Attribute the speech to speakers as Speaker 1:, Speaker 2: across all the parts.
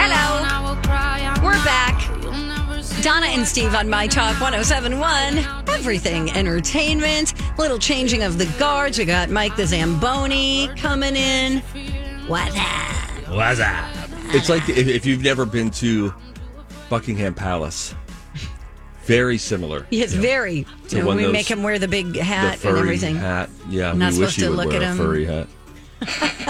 Speaker 1: Hello. We're back. Donna and Steve on My Talk 1071. Everything entertainment. Little changing of the guards. We got Mike the Zamboni coming in. What up?
Speaker 2: What's up? It's like if, if you've never been to Buckingham Palace, very similar.
Speaker 1: It's
Speaker 2: You know,
Speaker 1: very.
Speaker 2: So
Speaker 1: you know,
Speaker 2: when
Speaker 1: we
Speaker 2: those-
Speaker 1: make him wear the big
Speaker 2: the
Speaker 1: hat
Speaker 2: furry
Speaker 1: and everything.
Speaker 2: Hat. Yeah,
Speaker 1: not
Speaker 2: we wish
Speaker 1: supposed
Speaker 2: you
Speaker 1: to
Speaker 2: would
Speaker 1: look
Speaker 2: wear
Speaker 1: at
Speaker 2: a
Speaker 1: him.
Speaker 2: furry hat.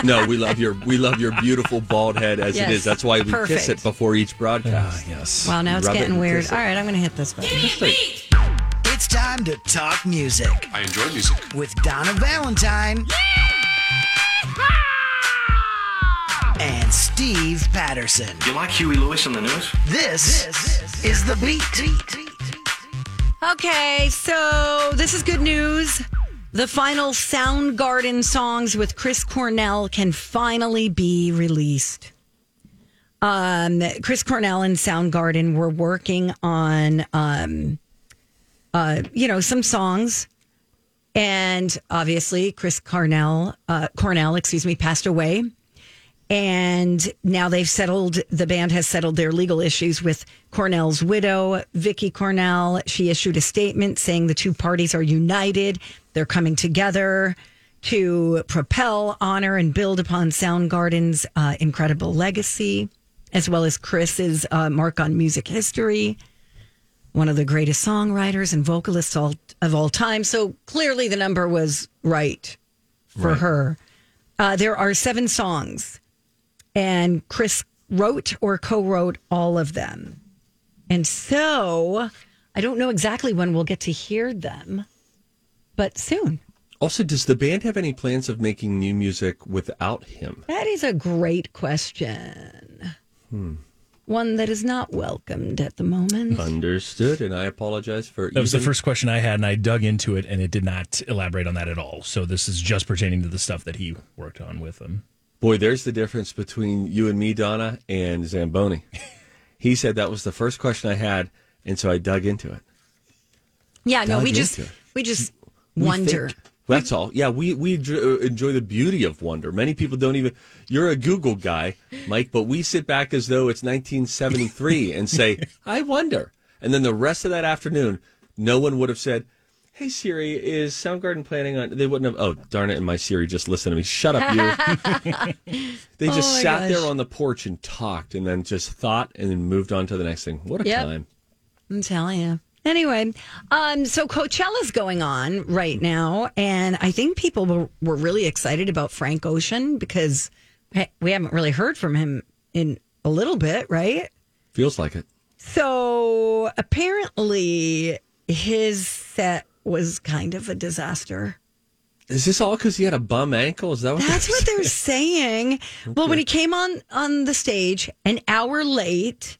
Speaker 2: no, we love your we love your beautiful bald head as
Speaker 1: Yes.
Speaker 2: it is. That's why we kiss
Speaker 1: Perfect.
Speaker 2: it before each broadcast. yes.
Speaker 1: Wow, now it's
Speaker 2: Rub it
Speaker 1: getting
Speaker 2: and
Speaker 1: weird.
Speaker 2: kiss it.
Speaker 1: All right, I'm going to hit this button.
Speaker 3: It's time to talk music
Speaker 4: I enjoy music.
Speaker 3: with Donna Valentine and Steve Patterson.
Speaker 4: You like Huey Lewis on the news?
Speaker 3: This, is the beat.
Speaker 1: Okay, so this is good news. The final Soundgarden songs with Chris Cornell can finally be released. Um, Chris Cornell and Soundgarden were working on, um, uh, you know, some songs, and obviously Chris Cornell, uh, Cornell, excuse me, passed away and now they've settled the band has settled their legal issues with cornell's widow vicki cornell she issued a statement saying the two parties are united they're coming together to propel honor and build upon soundgarden's uh, incredible legacy as well as chris's uh, mark on music history one of the greatest songwriters and vocalists all, of all time so clearly the number was right for her uh, there are seven songs and Chris wrote or co-wrote all of them. And so I don't know exactly when we'll get to hear them, but soon.
Speaker 2: Also, does the band have any plans of making new music without him?
Speaker 1: That is a great question.
Speaker 2: Hmm.
Speaker 1: One that is not welcomed at the moment.
Speaker 2: Understood, and I apologize for
Speaker 5: That was the
Speaker 2: even-
Speaker 5: first question I had, and I dug into it, and it did not elaborate on that at all. So this is just pertaining to the stuff that he worked on with them.
Speaker 2: Boy, there's the difference between you and me, Donna, and Zamboni. he said that was the first question I had, and so I dug into it.
Speaker 1: yeah, no,
Speaker 2: Dug
Speaker 1: we just
Speaker 2: into it.
Speaker 1: we just
Speaker 2: We
Speaker 1: wonder.
Speaker 2: think- That's all. Yeah, we we dr- enjoy the beauty of wonder. Many people don't even. You're a Google guy, Mike, but we sit back as though it's 1973 and say, "I wonder." And then the rest of that afternoon, no one would have said, "Hey Siri, is Soundgarden planning on?" They wouldn't have. Oh darn it! And my Siri just listened to me. Shut up, you. they just
Speaker 1: Oh my
Speaker 2: sat
Speaker 1: gosh.
Speaker 2: there on the porch and talked, and then just thought, and then moved on to the next thing. What a
Speaker 1: Yep.
Speaker 2: time!
Speaker 1: I'm telling you. Anyway, um, so Coachella's going on right now, and I think people were, were really excited about Frank Ocean because we haven't really heard from him in a little bit, right?
Speaker 2: Feels like it.
Speaker 1: So apparently, his set was kind of a disaster.
Speaker 2: Is this all because he had a bum ankle? Is that what?
Speaker 1: That's what they're saying. Well, when he came on on the stage an hour late,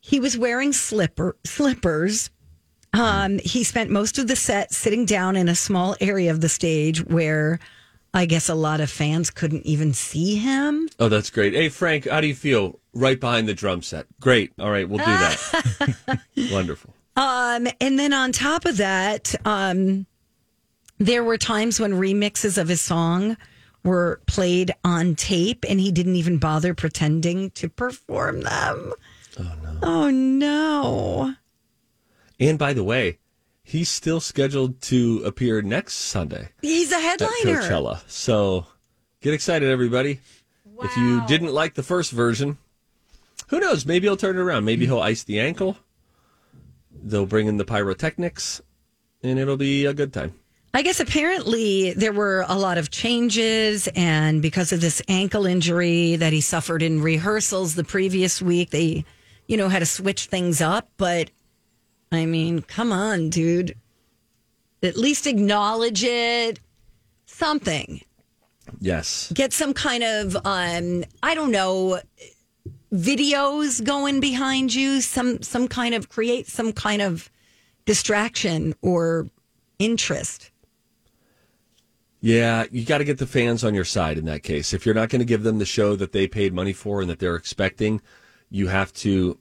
Speaker 1: he was wearing slipper slippers. Um, he spent most of the set sitting down in a small area of the stage where I guess a lot of fans couldn't even see him.
Speaker 2: Oh, that's great. Hey, Frank, how do you feel right behind the drum set? Great. All right, we'll do that. Wonderful.
Speaker 1: Um, and then on top of that, um, there were times when remixes of his song were played on tape and he didn't even bother pretending to perform them. Oh no. Oh no.
Speaker 2: And by the way, he's still scheduled to appear next Sunday
Speaker 1: He's a
Speaker 2: at
Speaker 1: headliner.
Speaker 2: Coachella. So get excited, everybody. If you didn't like the first version, Who knows? Maybe he'll turn it around. Maybe he'll ice the ankle. They'll bring in the pyrotechnics, and it'll be a good time.
Speaker 1: I guess apparently there were a lot of changes, and because of this ankle injury that he suffered in rehearsals the previous week, they, you know, had to switch things up. But I mean, come on, dude. At least acknowledge it. Something.
Speaker 2: Yes.
Speaker 1: Get some kind of, um, I don't know, videos going behind you. Some some kind of create some kind of distraction or interest.
Speaker 2: Yeah, you got to get the fans on your side in that case. If you're not going to give them the show that they paid money for and that they're expecting, you have to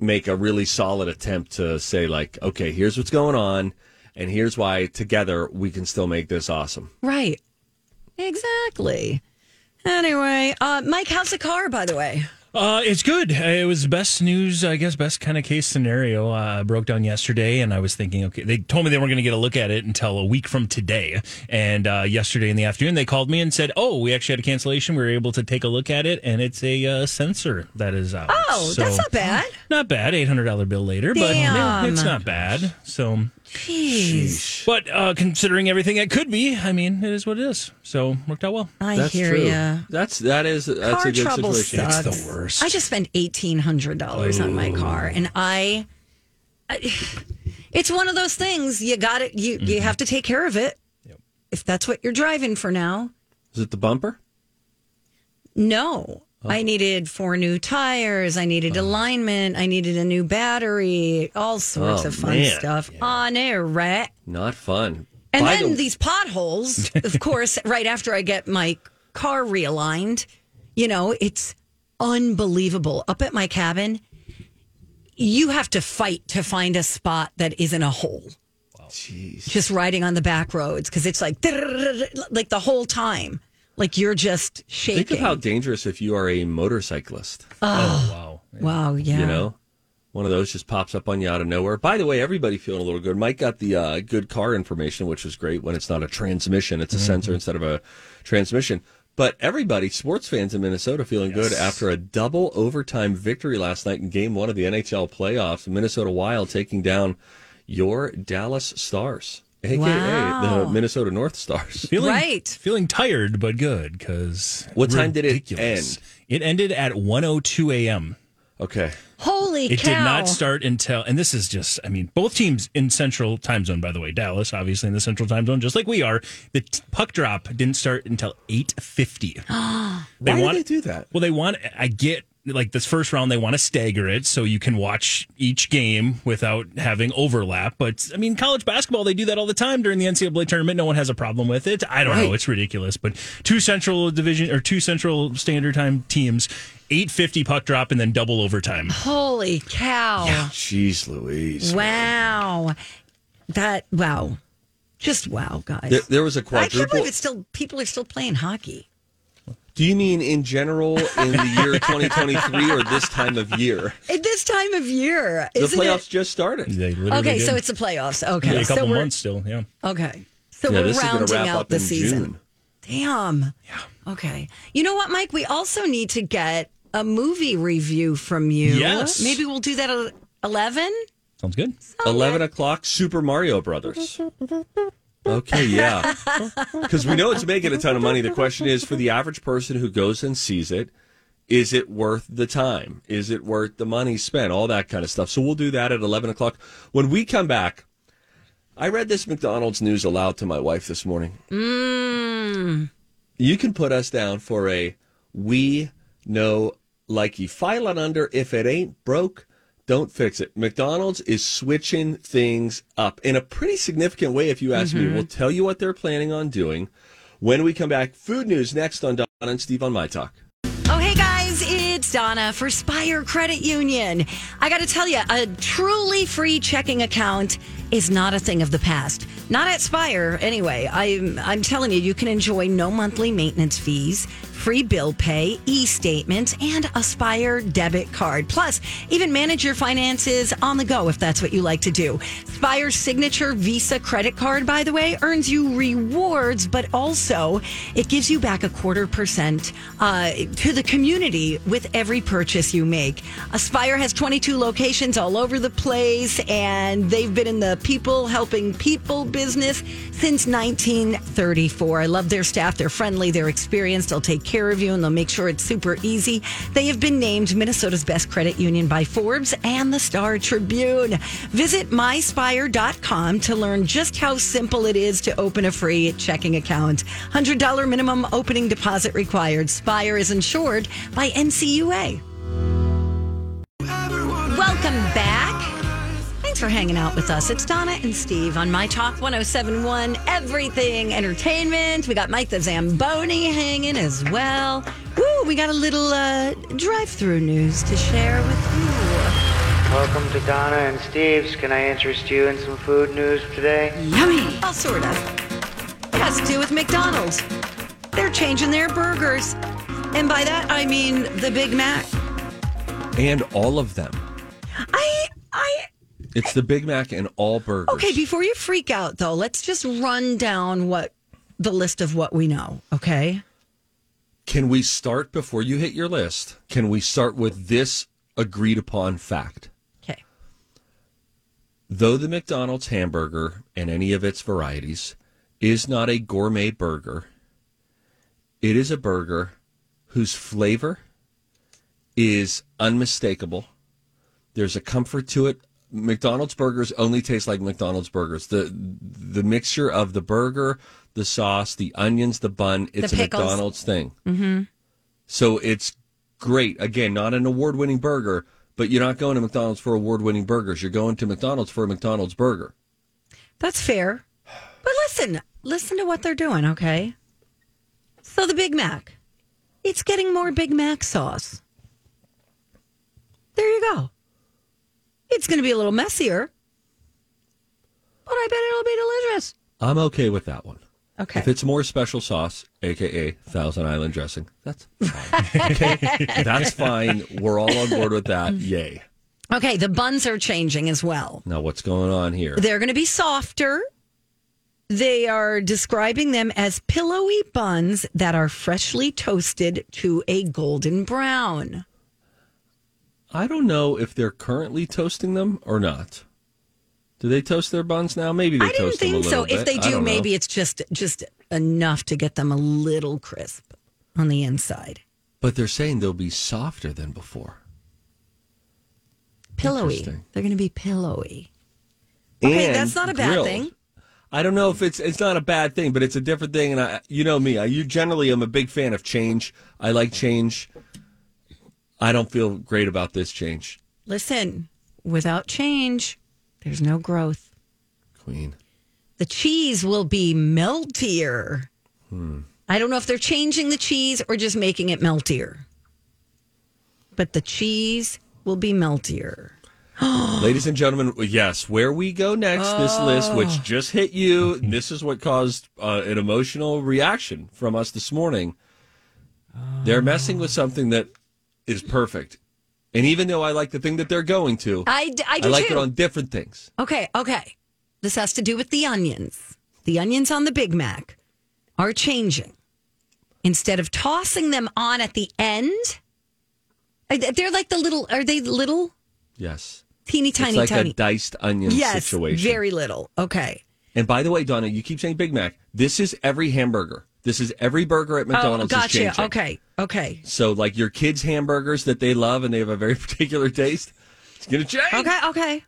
Speaker 2: make a really solid attempt to say, like, okay, here's what's going on, and here's why together we can still make this awesome.
Speaker 1: Right. Exactly. Anyway, uh, Mike, how's the car, by the way?
Speaker 5: Uh, it's good. Uh, It was best news, I guess, best kind of case scenario. Uh, broke down yesterday, and I was thinking, okay, they told me they weren't going to get a look at it until a week from today. And uh, yesterday in the afternoon, they called me and said, oh, we actually had a cancellation. We were able to take a look at it, and it's a uh, sensor that is out.
Speaker 1: Oh, that's
Speaker 5: So-
Speaker 1: not bad.
Speaker 5: Not bad. Eight hundred dollar bill later, but yeah, it's not bad. So,
Speaker 1: Jeez.
Speaker 5: but uh, considering everything that could be, I mean, it is what it is. So worked out well.
Speaker 1: I
Speaker 2: That's
Speaker 1: hear
Speaker 2: true.
Speaker 1: ya.
Speaker 2: That's that is that's
Speaker 1: car
Speaker 2: a good
Speaker 1: trouble
Speaker 2: situation.
Speaker 1: sucks.
Speaker 5: It's the worst.
Speaker 1: I just spent eighteen hundred dollars on my car,
Speaker 2: Oh.
Speaker 1: and I, I- it's one of those things you got to You
Speaker 2: Mm-hmm.
Speaker 1: you have to take care of it. If that's what you're driving for now,
Speaker 2: Is it the bumper?
Speaker 1: no.
Speaker 2: Oh.
Speaker 1: I needed four new tires. I needed alignment. I needed a new battery. All sorts
Speaker 2: Oh,
Speaker 1: of fun
Speaker 2: man.
Speaker 1: stuff on it, right?
Speaker 2: Not fun.
Speaker 1: And
Speaker 2: By
Speaker 1: then
Speaker 2: the-
Speaker 1: these potholes, of course, right after I get my car realigned, you know, it's unbelievable. Up at my cabin, you have to fight to find a spot that isn't a hole.
Speaker 2: Jeez.
Speaker 1: Just riding on the back roads because it's like like the whole time, like you're just shaking.
Speaker 2: Think of how dangerous if you are a motorcyclist.
Speaker 5: oh wow.
Speaker 1: wow, yeah,
Speaker 2: You know, one of those just pops up on you out of nowhere. By the way, everybody feeling a little good. Mike got the uh, good car information, which was great. When it's not a transmission, it's a
Speaker 1: Mm-hmm.
Speaker 2: sensor instead of a transmission. But everybody, sports fans in Minnesota, feeling good after a double overtime victory last night in Game One of the NHL playoffs. Minnesota Wild taking down your Dallas Stars, aka
Speaker 1: Wow.
Speaker 2: the Minnesota North Stars.
Speaker 5: Feeling,
Speaker 1: Right.
Speaker 5: Feeling tired, but good because.
Speaker 2: What time did it end?
Speaker 5: It ended at 1:02 a.m.
Speaker 2: Okay,
Speaker 1: holy
Speaker 5: It
Speaker 1: cow!
Speaker 5: did not start until, and this is just, I mean, both teams in Central Time Zone, by the way, Dallas obviously in the Central Time Zone, just like we are. The t- puck drop didn't start until 8:50. they
Speaker 2: why
Speaker 5: want
Speaker 2: did they do that?
Speaker 5: Well, they want. I get like this first round. They want to stagger it so you can watch each game without having overlap. But I mean, college basketball they do that all the time during the NCAA tournament. No one has a problem with it. I don't know. It's ridiculous. But two Central Division or two Central Standard Time teams, eight fifty puck drop and then double overtime.
Speaker 1: Holy cow!
Speaker 2: Jeez, Louise.
Speaker 1: Wow, that wow, just wow, guys.
Speaker 2: There, there was a
Speaker 1: I
Speaker 2: quadruple.
Speaker 1: can't believe it's still people are still playing hockey.
Speaker 2: Do you mean in general in the year 2023 or this time of year?
Speaker 1: At this time of year,
Speaker 2: The
Speaker 1: isn't
Speaker 2: playoffs
Speaker 1: it?
Speaker 2: just started.
Speaker 5: They literally
Speaker 1: Okay,
Speaker 5: did.
Speaker 1: so it's the playoffs. Okay,
Speaker 5: Yeah, a couple
Speaker 1: so we're
Speaker 5: months still. Yeah.
Speaker 1: okay. So
Speaker 2: Yeah,
Speaker 1: we're
Speaker 2: this is going to
Speaker 1: rounding
Speaker 2: wrap
Speaker 1: out
Speaker 2: up
Speaker 1: the
Speaker 2: in
Speaker 1: season.
Speaker 2: June.
Speaker 1: Damn. Yeah. Okay. You know what, Mike? We also need to get a movie review from you.
Speaker 5: Yes.
Speaker 1: Maybe we'll do that at eleven.
Speaker 5: Sounds good.
Speaker 1: Oh,
Speaker 2: 11 o'clock, Super Mario Brothers. Okay, yeah. Because we know it's making a ton of money. The question is for the average person who goes and sees it, is it worth the time? Is it worth the money spent? All that kind of stuff. So we'll do that at 11 o'clock. When we come back, I read this McDonald's news aloud to my wife this morning.
Speaker 1: Mm.
Speaker 2: You can put us down for a we know like you file it under if it ain't broke, don't fix it. McDonald's is switching things up in a pretty significant way, if you ask
Speaker 1: Mm-hmm.
Speaker 2: me. We'll tell you what they're planning on doing when we come back. Food news next on Don and Steve on My Talk.
Speaker 1: Oh, hey guys, it's Donna for Spire Credit Union. I got to tell you, a truly free checking account is not a thing of the past. Not at Spire. Anyway, I'm I'm telling you, you can enjoy no monthly maintenance fees, free bill pay, e-statements, and a Spire debit card. Plus, even manage your finances on the go if that's what you like to do. Spire's signature Visa credit card, by the way, earns you rewards, but also it gives you back a quarter percent uh, to the community with every purchase you make. Aspire has 22 locations all over the place, and they've been in the people helping people business since 1934. I love their staff. They're friendly, they're experienced, they'll take care of you, and they'll make sure it's super easy. They have been named Minnesota's best credit union by Forbes and the Star Tribune. Visit myspire.com to learn just how simple it is to open a free checking account. $100 minimum opening deposit required. Spire is insured by NCUA. Welcome back. Thanks for hanging out with us. It's Donna and Steve on My Talk 1071 Everything Entertainment. We got Mike the Zamboni hanging as well. Woo, we got a little uh, drive through news to share with
Speaker 4: Welcome to Donna and Steve's. Can I interest you in some food news today?
Speaker 1: you. Yummy. Well, sort of. It has to do with McDonald's. They're changing their burgers. And by that, I mean the Big Mac.
Speaker 2: and all of them.
Speaker 1: I, I,
Speaker 2: It's the Big Mac and all burgers.
Speaker 1: Okay, before you freak out though, let's just run down what the list of what we know, okay?
Speaker 2: Can we start before you hit your list? Can we start with this agreed upon fact?
Speaker 1: Okay.
Speaker 2: Though the McDonald's hamburger and any of its varieties is not a gourmet burger, it is a burger whose flavor is unmistakable. There's a comfort to it. McDonald's burgers only taste like McDonald's burgers. The the mixture of the burger, the sauce, the onions, the bun, it's a
Speaker 1: pickles.
Speaker 2: McDonald's thing. Mm-hmm. So it's great. Again, not an award winning burger, but you're not going to McDonald's for award winning burgers. You're going to McDonald's for a McDonald's burger.
Speaker 1: That's fair. But listen, listen to what they're doing, okay? So the Big Mac. It's getting more Big Mac sauce. There you go. It's going to be a little messier. But I bet it'll be delicious.
Speaker 2: I'm okay with that one.
Speaker 1: Okay.
Speaker 2: If it's more special sauce, aka Thousand Island dressing, that's fine. okay, that's fine. We're all on board with that. Yay.
Speaker 1: okay, the buns are changing as well.
Speaker 2: Now, what's going on here?
Speaker 1: They're going to be softer. They are describing them as pillowy buns that are freshly toasted to a golden brown.
Speaker 2: I don't know if they're currently toasting them or not. Do they toast their buns now? Maybe they
Speaker 1: I didn't
Speaker 2: toast them a
Speaker 1: think so.
Speaker 2: little
Speaker 1: If
Speaker 2: bit.
Speaker 1: they
Speaker 2: I
Speaker 1: do,
Speaker 2: don't know.
Speaker 1: maybe it's just just enough to get them a little crisp on the inside.
Speaker 2: But they're saying they'll be softer than before.
Speaker 1: Pillowy.
Speaker 2: Interesting.
Speaker 1: They're going to be pillowy. Okay,
Speaker 2: And
Speaker 1: that's not a bad
Speaker 2: grilled.
Speaker 1: thing.
Speaker 2: I don't know if it's it's not a bad thing, but it's a different thing. And I, you know me, I you generally am a big fan of change. I like change. I don't feel great about this change,
Speaker 1: Listen, without change, there's no growth.
Speaker 2: Queen.
Speaker 1: the cheese will be meltier.
Speaker 2: Hmm.
Speaker 1: I don't know if they're changing the cheese or just making it meltier, but the cheese will be meltier.
Speaker 2: Ladies and gentlemen, yes, where we go next, this list,
Speaker 1: Oh.
Speaker 2: which just hit you, this is what caused uh, an emotional reaction from us this morning. They're
Speaker 1: Oh.
Speaker 2: messing with something that is perfect. And even though I like the thing that they're going to,
Speaker 1: I, d- I do
Speaker 2: I like
Speaker 1: too.
Speaker 2: it on different things.
Speaker 1: okay, okay. This has to do with the onions. The onions on the Big Mac are changing. Instead of tossing them on at the end, are they- they're like the little, are they little?
Speaker 2: Yes.
Speaker 1: Teeny tiny,
Speaker 2: it's like
Speaker 1: tiny.
Speaker 2: a diced onion
Speaker 1: yes,
Speaker 2: situation.
Speaker 1: very little. Okay.
Speaker 2: And by the way, Donna, you keep saying Big Mac. This is every hamburger. This is every burger at McDonald's.
Speaker 1: oh,
Speaker 2: is
Speaker 1: gotcha.
Speaker 2: changing.
Speaker 1: Okay, okay.
Speaker 2: So, like your kids' hamburgers that they love and they have a very particular taste, it's going to change.
Speaker 1: Okay, okay.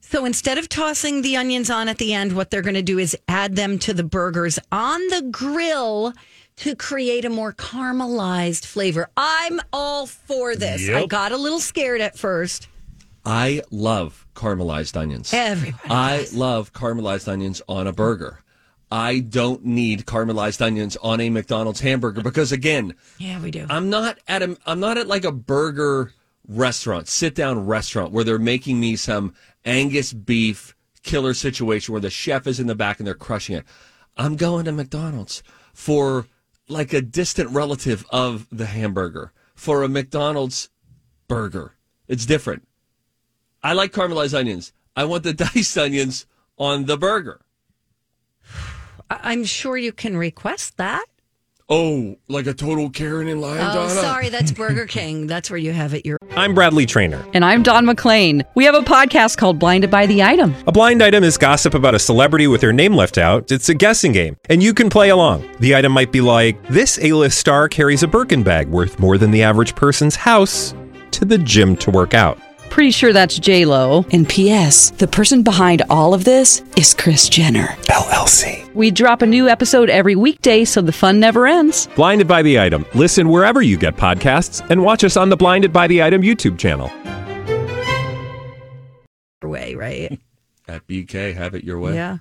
Speaker 1: So instead of tossing the onions on at the end, what they're going to do is add them to the burgers on the grill to create a more caramelized flavor. I'm all for this. I
Speaker 5: Yep.
Speaker 1: got a little scared at first.
Speaker 2: I love caramelized onions.
Speaker 1: Everybody.
Speaker 2: I love caramelized onions on a burger. I don't need caramelized onions on a McDonald's hamburger because again,
Speaker 1: Yeah, we do.
Speaker 2: I'm not at a I'm not at like a burger restaurant, sit down restaurant where they're making me some Angus beef killer situation where the chef is in the back and they're crushing it. I'm going to McDonald's for like a distant relative of the hamburger for a McDonald's burger. It's different. I like caramelized onions. I want the diced onions on the burger.
Speaker 1: I- I'm sure you can request that.
Speaker 2: Oh, like a total Karen and Lion
Speaker 1: Oh, sorry, that's Burger King. That's where you have it. Your
Speaker 6: I'm Bradley Trainer.
Speaker 7: And I'm Don McClain. We have a podcast called Blinded by the Item.
Speaker 6: A blind item is gossip about a celebrity with their name left out. It's a guessing game, and you can play along. The item might be like this A-list star carries a Birkin bag worth more than the average person's house to the gym to work out.
Speaker 7: Pretty sure that's J Lo.
Speaker 8: And P.S. The person behind all of this is Chris Jenner.
Speaker 6: LLC.
Speaker 7: We drop a new episode every weekday, so the fun never ends.
Speaker 6: Blinded by the item. Listen wherever you get podcasts, and watch us on the Blinded by the Item YouTube channel.
Speaker 1: way, right?
Speaker 2: At BK, have it your way.
Speaker 1: Yeah.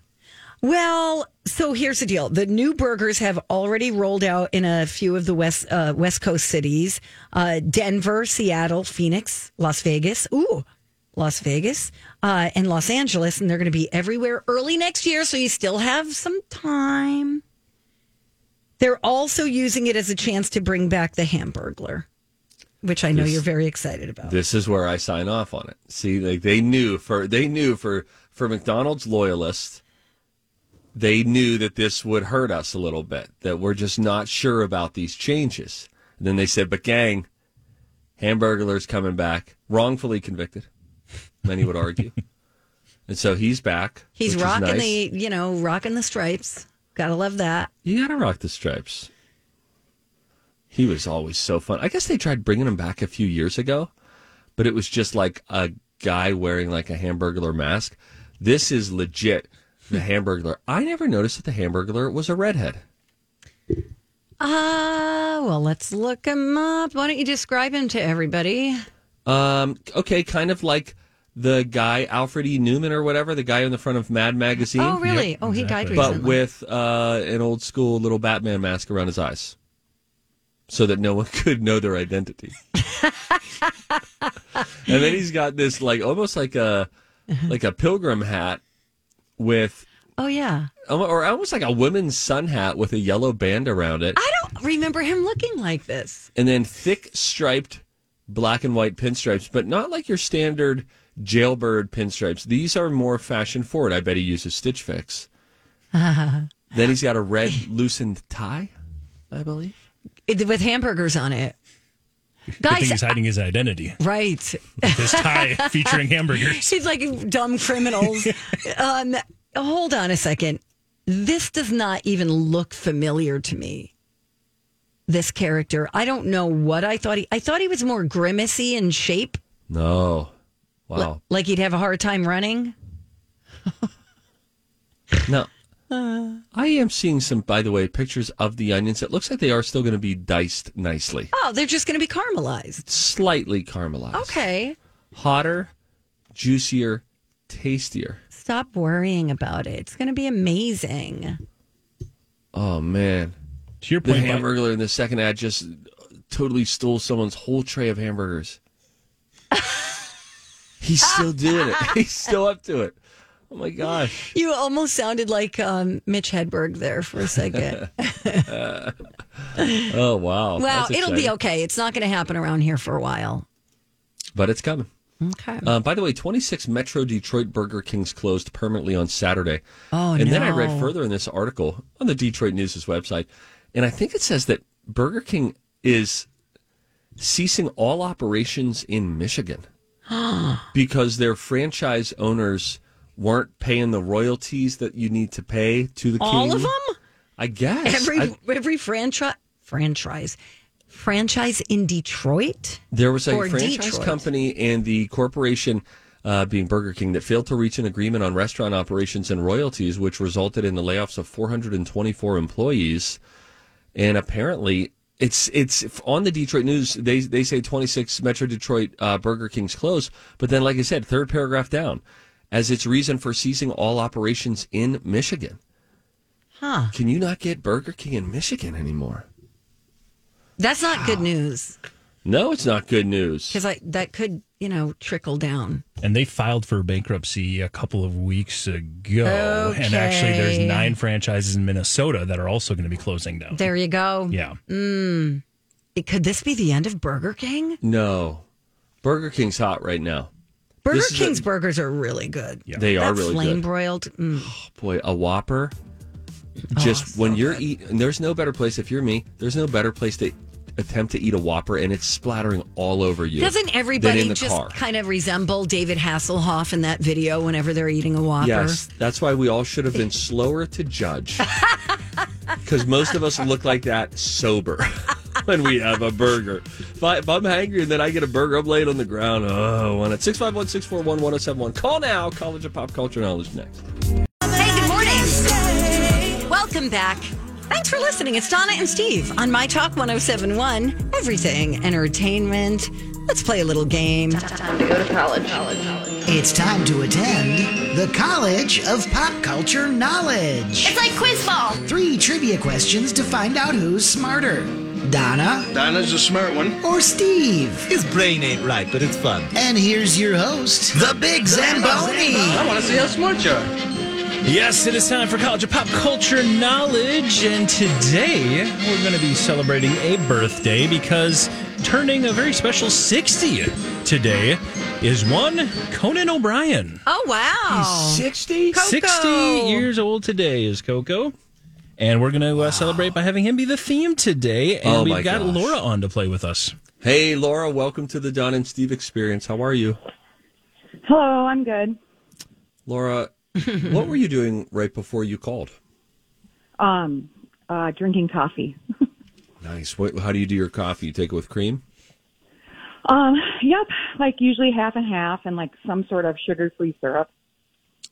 Speaker 1: Well, so here's the deal: the new burgers have already rolled out in a few of the west uh, West Coast cities: uh, Denver, Seattle, Phoenix, Las Vegas. Ooh, Las Vegas uh, and Los Angeles, and they're going to be everywhere early next year. So you still have some time. They're also using it as a chance to bring back the Hamburglar, which I know
Speaker 2: This-
Speaker 1: you're very excited about.
Speaker 2: This is where I sign off on it. See, like they knew for they knew for for McDonald's loyalists, they knew that this would hurt us a little bit. That we're just not sure about these changes. And then they said, "But gang, Hamburglar's coming back, wrongfully convicted." Many would argue, and so he's back.
Speaker 1: He's
Speaker 2: which is
Speaker 1: rocking
Speaker 2: nice.
Speaker 1: the, you know, rocking the stripes. Gotta love that.
Speaker 2: You gotta rock the stripes. He was always so fun. I guess they tried bringing him back a few years ago, but it was just like a guy wearing like a Hamburglar mask. This is legit the Hamburglar. I never noticed that the Hamburglar was a redhead.
Speaker 1: Ah, well, let's look him up. Why don't you describe him to everybody?
Speaker 2: Um, okay, kind of like the guy Alfred E. Newman or whatever, the guy on the front of Mad Magazine,
Speaker 1: Oh, really? oh, he died recently.
Speaker 2: but with uh, an old school little Batman mask around his eyes, so that no one could know their identity. and then he's got this like almost like a like a pilgrim hat with
Speaker 1: oh, yeah.
Speaker 2: or almost like a women's sun hat with a yellow band around it,
Speaker 1: I don't remember him looking like this.
Speaker 2: and then thick striped black and white pinstripes, but not like your standard jailbird pinstripes. These are more fashion forward. I bet he uses Stitch Fix. then he's got a red loosened tie, I believe.
Speaker 1: It- with hamburgers on it.
Speaker 5: I think
Speaker 1: Guys,
Speaker 5: he's hiding his identity.
Speaker 1: right.
Speaker 5: This tie featuring hamburgers.
Speaker 1: She's like dumb criminals. um, hold on a second. This does not even look familiar to me. This character. I don't know what I thought he I thought he was more grimacey in shape.
Speaker 2: No.
Speaker 1: li-
Speaker 2: Wow.
Speaker 1: Like he'd have a hard time running.
Speaker 2: No. I am seeing some, by the way, pictures of the onions. It looks like they are still going to be diced nicely,
Speaker 1: Oh, they're just going to be caramelized.
Speaker 2: slightly caramelized.
Speaker 1: Okay.
Speaker 2: Hotter, juicier, tastier.
Speaker 1: Stop worrying about it. It's going to be amazing.
Speaker 2: Oh, man.
Speaker 5: To your
Speaker 2: The
Speaker 5: point, Bob,
Speaker 2: hamburger in the second ad just totally stole someone's whole tray of hamburgers. He's still doing it. He's still up to it. Oh my gosh.
Speaker 1: You almost sounded like um, Mitch Hedberg there for a second.
Speaker 2: Oh
Speaker 1: well,
Speaker 2: wow. That's
Speaker 1: it'll be
Speaker 2: exciting.
Speaker 1: okay. It's not going to happen around here for a while.
Speaker 2: But it's coming.
Speaker 1: Okay.
Speaker 2: Uh, by the way, 26 Metro Detroit Burger Kings closed permanently on Saturday.
Speaker 1: Oh,
Speaker 2: and then I
Speaker 1: no.
Speaker 2: read further in this article on the Detroit News' website, and I think it says that Burger King is ceasing all operations in Michigan because their franchise owners weren't paying the royalties that you need to pay to the
Speaker 1: All
Speaker 2: king.
Speaker 1: of them?
Speaker 2: I guess.
Speaker 1: Every
Speaker 2: I-
Speaker 1: every franchise franchise franchise in Detroit.
Speaker 2: There was a
Speaker 1: Or
Speaker 2: franchise
Speaker 1: Detroit.
Speaker 2: company and the corporation, uh, being Burger King, that failed to reach an agreement on restaurant operations and royalties, which resulted in the layoffs of 424 employees. And apparently, it's it's on the Detroit News. They they say 26 Metro Detroit uh, Burger King's close, but then, like I said, third paragraph down, as its reason for ceasing all operations in Michigan.
Speaker 1: Huh.
Speaker 2: Can you not get Burger King in Michigan anymore?
Speaker 1: That's not good news.
Speaker 2: No, it's not good news.
Speaker 1: because I that could you know trickle down.
Speaker 5: And they filed for bankruptcy a couple of weeks ago. And actually, there's
Speaker 1: Okay.
Speaker 5: nine franchises in Minnesota that are also going to be closing down.
Speaker 1: There you go.
Speaker 5: Yeah.
Speaker 1: Mm. It- Could this be the end of Burger King?
Speaker 2: No, Burger King's hot right now.
Speaker 1: Burger
Speaker 2: This is a-
Speaker 1: King's burgers are really good.
Speaker 2: They are
Speaker 1: That
Speaker 2: really
Speaker 1: flame
Speaker 2: good.
Speaker 1: broiled. Mm.
Speaker 2: boy, a Whopper.
Speaker 1: Oh,
Speaker 2: Just when you're eating, there's no better place. If you're me, there's no better place to attempt to eat a Whopper, and it's splattering all over you.
Speaker 1: Doesn't
Speaker 2: than in
Speaker 1: everybody
Speaker 2: the
Speaker 1: just
Speaker 2: car.
Speaker 1: kind of resemble David Hasselhoff in that video whenever they're eating a Whopper?
Speaker 2: Yes, that's why we all should have been slower to judge. Because most of us look like that sober when we have a burger. If, I, if I'm hangry and then I get a burger, I'm laying on the ground. Oh, I want it. 651 641 1071. Call now. College of Pop Culture Knowledge next.
Speaker 1: Hey, good morning. Welcome back. Thanks for listening. It's Donna and Steve on My Talk 1071, Everything Entertainment. Let's play a little game. Time to go to college.
Speaker 3: It's time to attend the College of Pop Culture Knowledge. It's like quiz ball. Three trivia questions to find out who's smarter. Donna
Speaker 9: Dinah's a smart one.
Speaker 3: or Steve?
Speaker 9: His brain ain't right, but it's fun.
Speaker 3: And here's your host, the Big Zamboni.
Speaker 9: I want to see how smart you are.
Speaker 5: Yes, it is time for College of Pop Culture Knowledge, and today we're going to be celebrating a birthday because turning a very special 60 today is one Conan O'Brien.
Speaker 1: Oh, wow.
Speaker 2: 60?
Speaker 5: 60 years old today is Coco. And we're going to uh, celebrate by having him be the theme today. And
Speaker 2: Oh, my
Speaker 5: we've got
Speaker 2: gosh.
Speaker 5: Laura on to play with us.
Speaker 2: Hey, Laura, welcome to the Don and Steve Experience. How are you?
Speaker 10: Hello, I'm good.
Speaker 2: Laura, what were you doing right before you called?
Speaker 10: Um, uh, drinking coffee.
Speaker 2: Nice. What, how do you do your coffee? You take it with cream?
Speaker 10: Um, yep, like usually half and half, and like some sort of sugar-free syrup.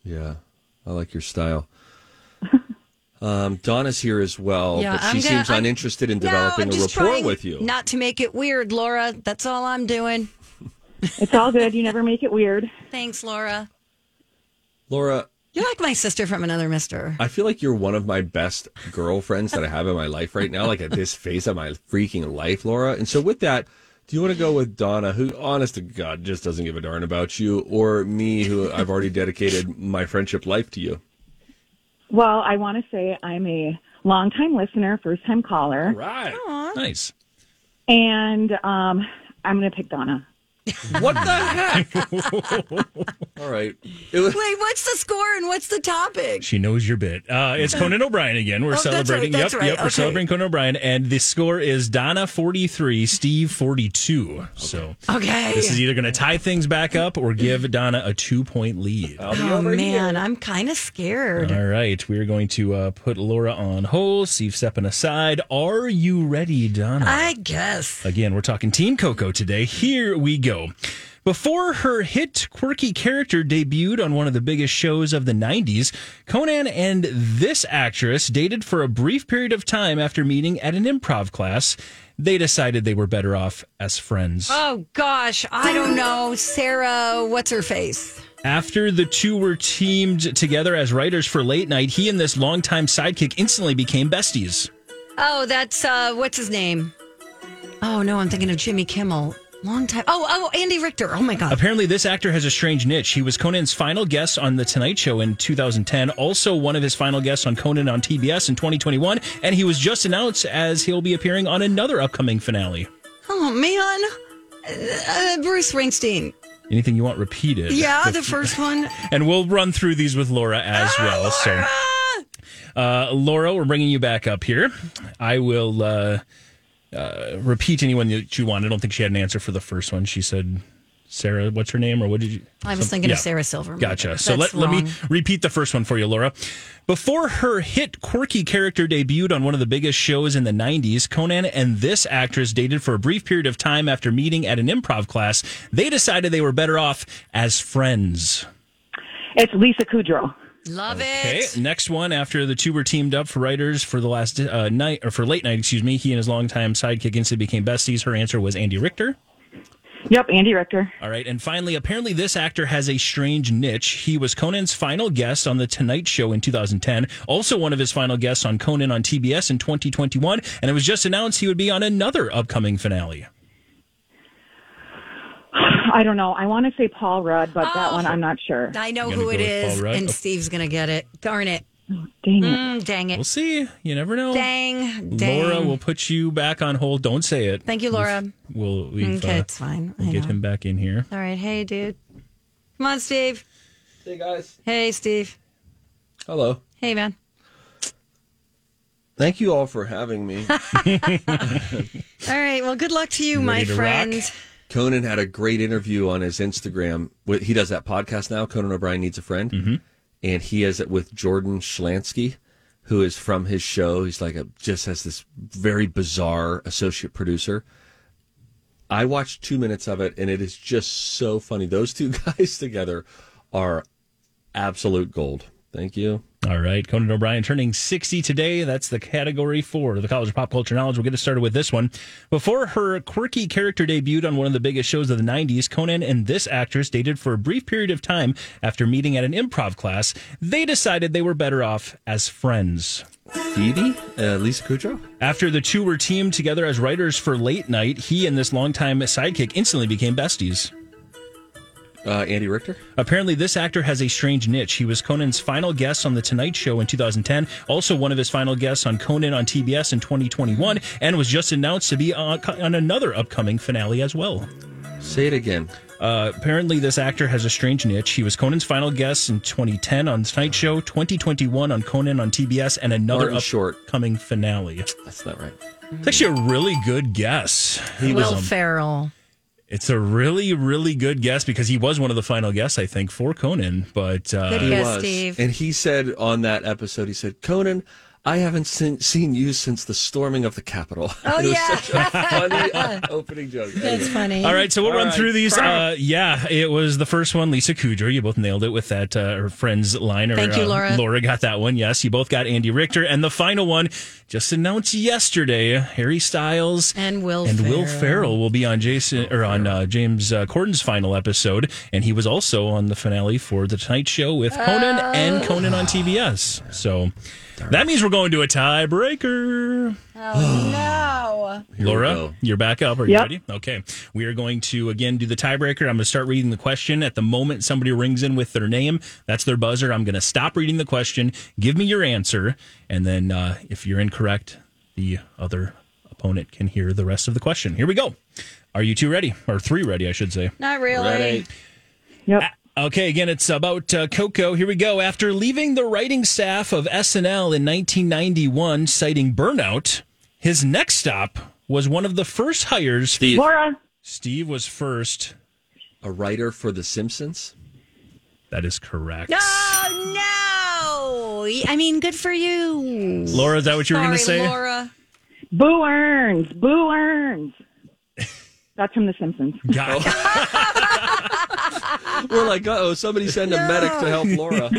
Speaker 2: Yeah, I like your style. Um, Donna's here as well,
Speaker 1: Yeah,
Speaker 2: but she
Speaker 1: I'm gonna-
Speaker 2: seems
Speaker 1: I'm-
Speaker 2: uninterested in
Speaker 1: No,
Speaker 2: developing
Speaker 1: I'm
Speaker 2: a
Speaker 1: just
Speaker 2: rapport
Speaker 1: trying
Speaker 2: with you.
Speaker 1: Not to make it weird, Laura. That's all I'm doing.
Speaker 10: It's all good. You never make it weird.
Speaker 1: Thanks, Laura.
Speaker 2: Laura,
Speaker 1: You're like my sister from another mister.
Speaker 2: I feel like you're one of my best girlfriends that I have in my life right now, like at this phase of my freaking life, Laura. And so, with that, do you want to go with Donna, who, honest to God, just doesn't give a darn about you, or me, who I've already dedicated my friendship life to you?
Speaker 10: Well, I want to say I'm a longtime listener, first-time caller,
Speaker 2: Right.
Speaker 5: Nice.
Speaker 10: and um, I'm going to pick Donna.
Speaker 2: What the heck? All right. It was,
Speaker 1: Wait, what's the score and what's the topic?
Speaker 5: She knows your bit. Uh, it's Conan O'Brien again.
Speaker 1: Oh,
Speaker 5: We're
Speaker 1: that's right,
Speaker 5: celebrating.
Speaker 1: that's
Speaker 5: yep,
Speaker 1: right.
Speaker 5: yep. We're
Speaker 1: Okay.
Speaker 5: celebrating Conan O'Brien, and the score is Donna forty three, Steve forty two. So
Speaker 1: Okay.
Speaker 5: this is either going to tie things back up or give Donna a two point lead.
Speaker 1: Oh, man, I'm kind of scared.
Speaker 2: Uh-huh.
Speaker 5: All right, we are going to uh, put Laura on hold. Steve stepping aside. Are you ready, Donna?
Speaker 1: I guess.
Speaker 5: Again, we're talking Team Coco today. Here we go. Before her hit quirky character debuted on one of the biggest shows of the 90s, Conan and this actress dated for a brief period of time after meeting at an improv class. They decided they were better off as friends.
Speaker 1: Oh, gosh. I don't know. Sarah, what's her face?
Speaker 5: After the two were teamed together as writers for Late Night, he and this longtime sidekick instantly became besties.
Speaker 1: Oh, that's, uh, what's his name? Oh, no, I'm thinking of Jimmy Kimmel. Long time. Oh, oh, Andy Richter. Oh, my God.
Speaker 5: Apparently, this actor has a strange niche. He was Conan's final guest on The Tonight Show in 2010, also one of his final guests on Conan on TBS in 2021, and he was just announced as he'll be appearing on another upcoming finale.
Speaker 1: Oh, man. Uh, Bruce Springsteen.
Speaker 5: Anything you want repeated?
Speaker 1: Yeah, the first one.
Speaker 5: And we'll run through these with Laura as well.
Speaker 1: Ah,
Speaker 5: So, uh, Laura, we're bringing you back up here. I will uh, uh, repeat anyone that you want. I don't think she had an answer for the first one. She said, "Sarah, what's her name?" Or what did you?
Speaker 1: I was
Speaker 5: some-
Speaker 1: thinking of Sarah Silverman.
Speaker 5: Gotcha. So
Speaker 1: That's
Speaker 5: let, let me
Speaker 1: wrong.
Speaker 5: repeat the first one for you, Laura. Before her hit quirky character debuted on one of the biggest shows in the 90s, Conan and this actress dated for a brief period of time after meeting at an improv class. They decided they were better off as friends.
Speaker 10: It's Lisa Kudrow.
Speaker 1: Love
Speaker 5: Okay, next one. After the two were teamed up for writers for the last uh, night or for late night, excuse me, he and his longtime sidekick instantly became besties. Her answer was Andy Richter.
Speaker 10: Yep, Andy Richter.
Speaker 5: All right, and finally, apparently, this actor has a strange niche. He was Conan's final guest on The Tonight Show in 2010, also one of his final guests on Conan on TBS in 2021, and it was just announced he would be on another upcoming finale.
Speaker 10: I don't know. I want to say Paul Rudd, but that one I'm not sure.
Speaker 1: I know
Speaker 5: You're gonna
Speaker 1: who it
Speaker 5: go with Paul
Speaker 1: is,
Speaker 5: Rudd?
Speaker 1: and
Speaker 5: Oh.
Speaker 1: Steve's going to get it. Darn it.
Speaker 5: it.
Speaker 10: Dang
Speaker 1: Mm, dang it.
Speaker 5: We'll see. You never know.
Speaker 1: Dang. Dang.
Speaker 5: Laura will put you back on hold. Don't say it.
Speaker 1: Thank you, Laura.
Speaker 5: We'll we've,
Speaker 1: Okay,
Speaker 5: uh,
Speaker 1: it's fine.
Speaker 5: We'll
Speaker 1: I
Speaker 5: get
Speaker 1: know.
Speaker 5: him back in here.
Speaker 1: All right. Hey, dude. Come on, Steve.
Speaker 2: Hey, guys.
Speaker 1: Hey, Steve.
Speaker 2: Hello.
Speaker 1: Hey, man.
Speaker 2: Thank you all for having me.
Speaker 1: All right. Well, good luck to you,
Speaker 2: You
Speaker 1: my
Speaker 2: ready to rock?
Speaker 1: friend.
Speaker 2: Conan had a great interview on his Instagram. Wh- He does that podcast now. Conan O'Brien needs a friend, and he has it with Jordan Schlansky, who is from his show. He's like a just has this very bizarre associate producer. I watched two minutes of it, and it is just so funny. Those two guys together are absolute gold. Thank you.
Speaker 5: All right, Conan O'Brien turning 60 today. That's the category for the College of Pop Culture Knowledge. We'll get us started with this one. Before her quirky character debuted on one of the biggest shows of the 90s, Conan and this actress dated for a brief period of time after meeting at an improv class. They decided they were better off as friends.
Speaker 2: Phoebe? Uh, Lisa Kudrow?
Speaker 5: After the two were teamed together as writers for Late Night, he and this longtime sidekick instantly became besties.
Speaker 2: Uh, Andy Richter?
Speaker 5: Apparently, this actor has a strange niche. He was Conan's final guest on The Tonight Show in 2010, also one of his final guests on Conan on TBS in 2021, and was just announced to be on, on another upcoming finale as well.
Speaker 2: Say it again.
Speaker 5: Uh, apparently, this actor has a strange niche. He was Conan's final guest in 2010 on The Tonight Show, 2021 on Conan on TBS, and another
Speaker 2: Martin Short.
Speaker 5: upcoming finale.
Speaker 2: That's not right.
Speaker 5: It's actually a really good guess. He was,
Speaker 1: Will
Speaker 5: um,
Speaker 1: Ferrell.
Speaker 5: it's a really, really good guess because he was one of the final guests, I think, for Conan. But uh,
Speaker 1: Good
Speaker 2: He
Speaker 1: guess,
Speaker 2: was.
Speaker 1: Steve.
Speaker 2: And he said on that episode, he said, Conan, I haven't seen, seen you since the storming of the Capitol.
Speaker 1: Oh,
Speaker 2: It was
Speaker 1: yeah.
Speaker 2: such a funny uh, opening joke.
Speaker 1: That's funny.
Speaker 5: All right, so we'll
Speaker 2: All
Speaker 5: run
Speaker 2: right.
Speaker 5: through these.
Speaker 2: Brr.
Speaker 5: Uh, yeah, it was the first one, Lisa Kudrow. You both nailed it with that uh, her friends line. Or,
Speaker 1: Thank you,
Speaker 5: uh,
Speaker 1: Laura.
Speaker 5: Laura got that one. Yes, you both got Andy Richter, and the final one just announced yesterday: Harry Styles
Speaker 1: And Will
Speaker 5: and
Speaker 1: Ferrell.
Speaker 5: Will Ferrell will be on Jason or on uh, James uh, Corden's final episode, and he was also on the finale for the Tonight Show with Conan and
Speaker 1: Oh.
Speaker 5: Conan on TBS. So that means we're going to a tiebreaker.
Speaker 1: Oh, no.
Speaker 2: Here we
Speaker 5: Laura,
Speaker 2: go.
Speaker 5: you're back up. Are you
Speaker 10: Yep.
Speaker 5: ready? Okay. We are going to again do the tiebreaker. I'm going to start reading the question. At the moment somebody rings in with their name, that's their buzzer. I'm going to stop reading the question. Give me your answer, and then uh, if you're incorrect, the other opponent can hear the rest of the question. Here we go. Are you two ready, or three ready? I should say.
Speaker 1: Not really.
Speaker 2: Ready.
Speaker 10: Yep.
Speaker 5: Okay, again, it's about uh, Coco. Here we go. After leaving the writing staff of SNL in 1991, citing burnout, his next stop was one of the first hires.
Speaker 2: Steve,
Speaker 10: Laura.
Speaker 5: Steve was first.
Speaker 2: a writer for The Simpsons?
Speaker 5: That is correct.
Speaker 1: Oh, no. I mean, good for you.
Speaker 5: Laura, is that what you were going to
Speaker 1: Sorry,
Speaker 5: say?
Speaker 1: Laura.
Speaker 10: Boo Earns. Boo Earns. That's from The Simpsons.
Speaker 5: Got it.
Speaker 2: We're like, uh oh, somebody send a medic to help Laura.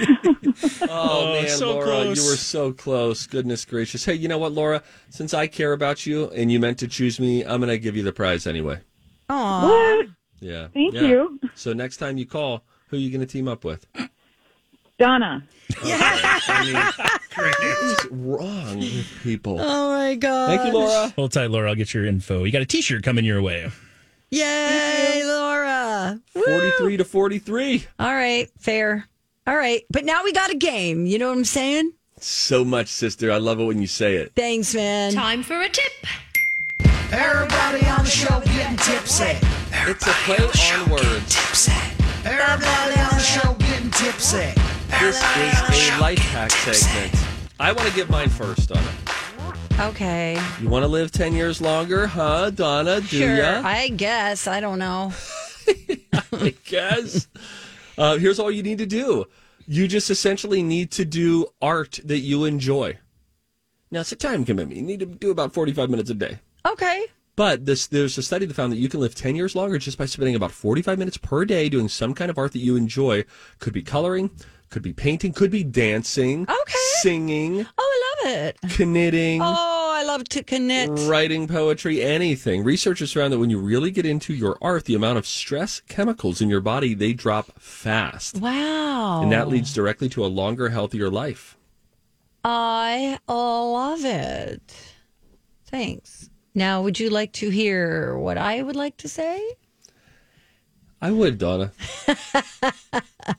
Speaker 2: oh, man,
Speaker 5: so
Speaker 2: Laura,
Speaker 5: close.
Speaker 2: you were so close. Goodness gracious. Hey, you know what, Laura? Since I care about you and you meant to choose me, I'm going to give you the prize anyway.
Speaker 1: Aw.
Speaker 10: What?
Speaker 2: Yeah.
Speaker 10: Thank
Speaker 2: Yeah.
Speaker 10: you.
Speaker 2: So next time you call, who are you going to team up with?
Speaker 10: Donna.
Speaker 2: What's wrong with people?
Speaker 1: Oh, my God.
Speaker 2: Thank you, Laura.
Speaker 5: Hold tight, Laura. I'll get your info. You got a T-shirt coming your way.
Speaker 1: Yay, Laura. Woo.
Speaker 2: 43 to 43.
Speaker 1: All right, fair. All right, but now we got a game. You know what I'm saying?
Speaker 2: So much, sister. I love it when you say it.
Speaker 1: Thanks, man.
Speaker 11: Time for a tip.
Speaker 3: Everybody on the show getting tipsy.
Speaker 2: It's a play on words.
Speaker 3: Tipsy. Everybody on the show getting tipsy.
Speaker 2: This is a life hack segment. I want to give mine first on it.
Speaker 1: Okay,
Speaker 2: You want to live 10 years longer, huh, Donna? Do
Speaker 1: sure.
Speaker 2: ya?
Speaker 1: I guess I don't know.
Speaker 2: I guess. uh, here's all you need to do. You just essentially need to do art that you enjoy. Now, it's a time commitment. You need to do about 45 minutes a day.
Speaker 1: Okay,
Speaker 2: But this, there's a study that found that you can live 10 years longer just by spending about 45 minutes per day doing some kind of art that you enjoy. Could be coloring, could be painting, could be dancing,
Speaker 1: Okay.
Speaker 2: singing,
Speaker 1: oh, I love it.
Speaker 2: knitting,
Speaker 1: Oh, I love to knit.
Speaker 2: writing poetry, anything. Researchers found that when you really get into your art, the amount of stress chemicals in your body, they drop fast.
Speaker 1: Wow,
Speaker 2: And that leads directly to a longer, healthier life.
Speaker 1: I love it. Thanks. Now, would you like to hear what I would like to say?
Speaker 2: I would, Donna.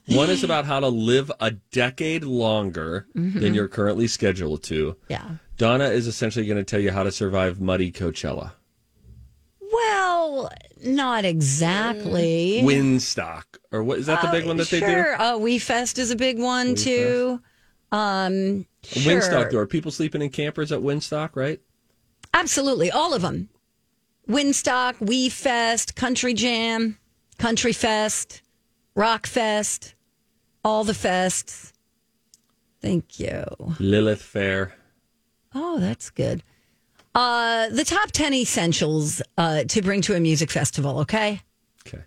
Speaker 2: One is about how to live a decade longer than
Speaker 1: Mhm.
Speaker 2: you're currently scheduled to.
Speaker 1: Yeah.
Speaker 2: Donna is essentially going to tell you how to survive muddy Coachella.
Speaker 1: Well, not exactly.
Speaker 2: Windstock. Or what is that the big one that
Speaker 1: sure.
Speaker 2: they do?
Speaker 1: Uh, We Fest is a big one
Speaker 2: Wii
Speaker 1: too. Um, sure.
Speaker 2: Windstock. Are people sleeping in campers at Windstock, right?
Speaker 1: Absolutely, all of them. Windstock, We Fest, Country Jam, Country Fest, Rock Fest, all the fests. Thank you.
Speaker 2: Lilith Fair.
Speaker 1: Oh, that's good. Uh, the top 10 essentials uh, to bring to a music festival, okay?
Speaker 2: Okay.